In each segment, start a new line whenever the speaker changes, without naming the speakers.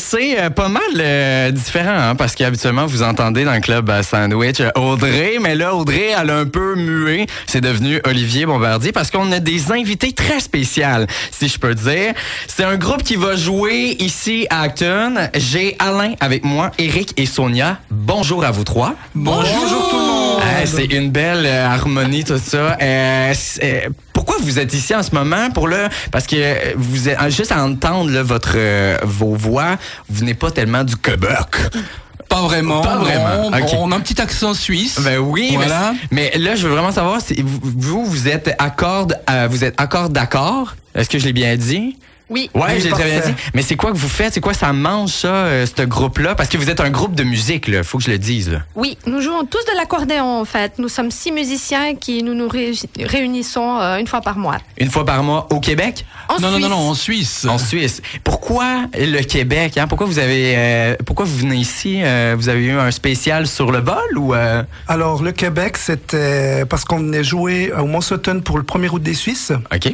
c'est euh, pas mal euh, différent, hein, parce qu'habituellement, vous entendez dans le club à Sandwich euh, Audrey, mais là, Audrey, elle a un peu mué. C'est devenu Olivier Bombardier, parce qu'on a des invités très spéciales, si je peux dire. C'est un groupe qui va jouer ici à Acton. J'ai Alain avec moi, Eric et Sonia. Bonjour à vous trois.
Bonjour tout le monde.
Ah, c'est une belle euh, harmonie, tout ça. Euh, c'est- euh, pourquoi vous êtes ici en ce moment pour le parce que euh, vous êtes, juste à entendre là, votre euh, vos voix, vous venez pas tellement du Québec.
Pas vraiment.
Pas vraiment,
non.
ok.
On a un petit accent suisse.
Ben oui, mais-
Voilà.
mais, là je veux vraiment savoir si vous- vous vous êtes accord euh, vous êtes accord d'accord Est-ce que je l'ai bien dit
Oui.
Ouais,
Oui,
j'ai très bien
parfait.
dit. Mais c'est quoi que vous faites C'est quoi ça mange ça euh, ce groupe là parce que vous êtes un groupe de musique là, faut que je le dise là.
Oui, nous jouons tous de l'accordéon en fait. Nous sommes six musiciens qui nous nous ré- réunissons euh, une fois par mois.
Une fois par mois au Québec
En
non, non, non,
Suisse.
non,
En
en Suisse.
Suisse. Pourquoi le Québec hein? Pourquoi vous avez euh, pourquoi vous venez ici Euh, Vous avez eu un spécial sur le vol ou euh,
Alors, le Québec, c'était parce qu'on venait jouer au Mont Sutton pour le 1er août des Suisses.
Ok.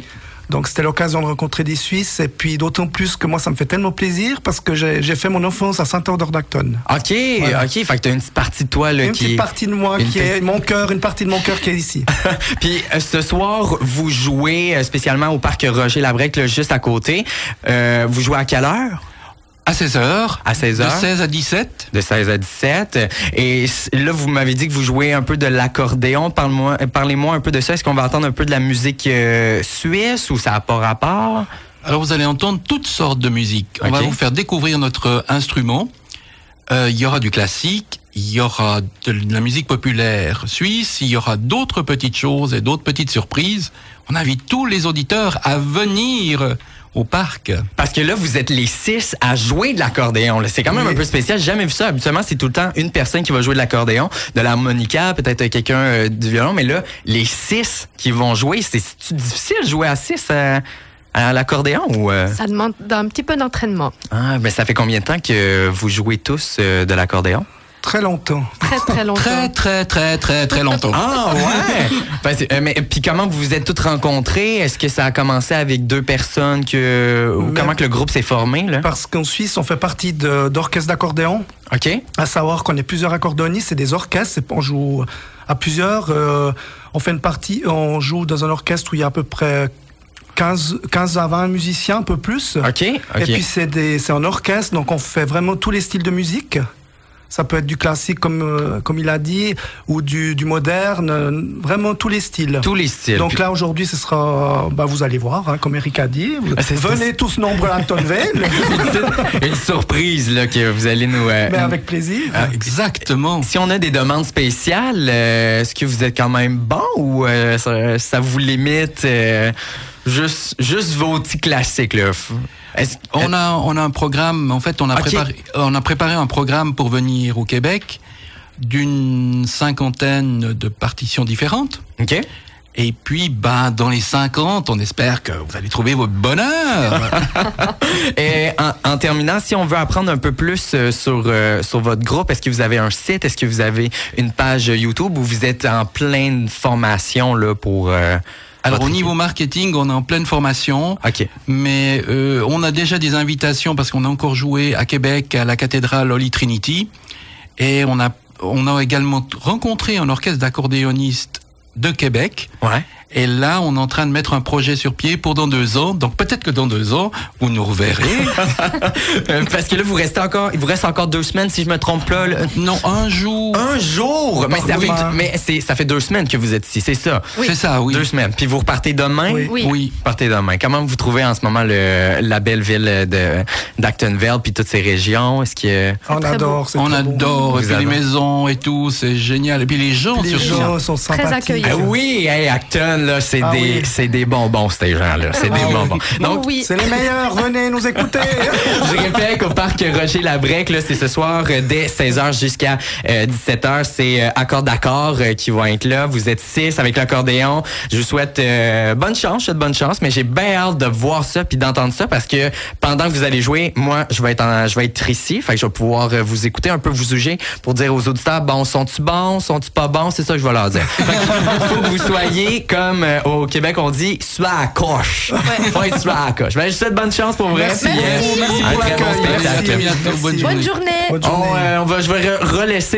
Donc, c'était l'occasion de rencontrer des Suisses. Et puis, d'autant plus que moi, ça me fait tellement plaisir parce que j'ai j'ai fait mon enfance à Saint-Ordre-d'Acton.
Ok,
Voilà.
ok. Fait que t'as une petite partie de toi là
Une
qui.
petite partie de moi
une
qui est mon cœur, une partie de mon cœur qui est ici.
Puis euh, ce soir, vous jouez euh, spécialement au parc Roger Labrec, là, juste à côté. Euh, vous jouez à quelle heure
À 16h.
À 16 heures.
De 16 à 17.
de 16 à 17. Et c- là, vous m'avez dit que vous jouez un peu de l'accordéon. Parle-moi- euh, Parlez-moi un peu de ça. Est-ce qu'on va entendre un peu de la musique euh, suisse ou ça n'a pas rapport?
Alors vous allez entendre toutes sortes de musique. On va
Ok.
vous faire découvrir notre instrument. Euh, Il y aura du classique, il y aura de la musique populaire suisse, il y aura d'autres petites choses et d'autres petites surprises. On invite tous les auditeurs à venir au parc.
Parce que là, vous êtes les six à jouer de l'accordéon. là. C'est quand même
Oui.
un peu spécial. J'ai jamais vu ça. Habituellement, c'est tout le temps une personne qui va jouer de l'accordéon, de l'harmonica, peut-être euh, quelqu'un euh, du violon. Mais là, les six qui vont jouer, c'est c'est-tu difficile de jouer à six à, à l'accordéon ou euh?
Ça demande un petit peu d'entraînement.
ah, ben ça fait combien de temps que vous jouez tous euh, de l'accordéon
Très longtemps.
Très très longtemps.
Très très très très très longtemps.
Ah ouais. Parce- euh, mais puis comment vous vous êtes toutes rencontrées Est-ce que ça a commencé avec deux personnes que ou
Mais-
comment que le groupe s'est formé là
Parce qu'en Suisse, on fait partie de- d'orchestres d'accordéon.
Ok.
À savoir qu'on est plusieurs accordéonistes, c'est des orchestres, c'est- on joue à plusieurs. euh, on fait une partie, on joue dans un orchestre où il y a à peu près 15, 15 à 20 musiciens, un peu plus.
Ok. Ok.
Et puis c'est des- c'est un orchestre, donc on fait vraiment tous les styles de musique. Ça peut être du classique, comme, euh, comme il a dit, ou du, du moderne, euh, vraiment tous les styles.
tous les styles.
donc là, aujourd'hui, ce sera, bah, vous allez voir, hein, comme Eric a dit, vous-
Ah, c'est- Euh,
venez tous nombreux à Tonville,
une surprise là, que vous allez nous. euh,
mais avec plaisir.
Exactement.
Si on a des demandes spéciales, euh, est-ce que vous êtes quand même bon ou euh, ça, ça vous limite euh, juste, juste vos petits classiques? Là? F- est-ce-
On a, on a un programme, en fait, on a,
Ok.
préparé, on a préparé un programme pour venir au Québec d'une cinquantaine de partitions différentes.
OK.
Et puis, ben, dans les 50, on espère que vous allez trouver votre bonheur.
Et en, en terminant, si on veut apprendre un peu plus euh, sur, euh, sur votre groupe, est-ce que vous avez un site? Est-ce que vous avez une page YouTube où vous êtes en pleine formation là, pour. euh,
Alors, au
votre
niveau marketing, on est en pleine formation,
équipe? OK.
mais euh, on a déjà des invitations parce qu'on a encore joué à Québec à la cathédrale Holy Trinity. Et on a, on a également rencontré un orchestre d'accordéonistes de Québec.
Ouais.
Et là, on est en train de mettre un projet sur pied pour dans deux ans. Donc peut-être que dans deux ans, vous nous reverrez.
Euh, parce que là, vous restez encore, il vous reste encore deux semaines, si je me trompe pas. là.
non, un jour.
Un jour! Mais, ça
Oui.
fait, mais c'est- ça fait deux semaines que vous êtes ici, c'est ça?
C'est ça, oui.
Deux semaines. Puis vous repartez demain?
Oui.
Oui.
Oui.
Vous Partez demain. Comment vous trouvez en ce moment le, la belle ville de d'Actonville puis toutes ces régions? Est-ce que
On
très
adore, c'est
On
très beau.
adore. Et
Vous
puis les
adorez.
maisons et tout, c'est génial. Et puis les gens
Les
surtout.
gens sont sympathiques.
accueillants.
Ah oui, hey, Acton là, c'est
Ah
des
oui.
c'est des bonbons ces gens-là, c'est des
oui.
bonbons. Donc
oui.
C'est les meilleurs, venez nous écouter.
je répète qu'au parc Roger Labrec, là, c'est ce soir euh, dès 16h jusqu'à 17h. C'est euh, Accord d'accord euh, qui vont être là. Vous êtes six avec l'accordéon. Je vous souhaite euh, bonne chance, je souhaite bonne chance, mais j'ai bien hâte de voir ça puis d'entendre ça parce que pendant que vous allez jouer, moi, je vais être en- je vais être ici. Fait que je vais pouvoir euh, vous écouter, un peu vous juger pour dire aux auditeurs, bon, sont-tu bons, sont-tu pas bons? C'est ça que je vais leur dire. Fait que faut que vous soyez comme comme euh, au Québec, on dit « soit à coche
Ouais.
Faut être soit à coche. Ben, je vous souhaite bonne chance pour vrai.
Merci.
puis, euh,
Merci.
un
pour
très bon
l'accueil.
spectacle.
Merci.
Bonne journée.
Bonne
On, euh, on va, je vais re- relaisser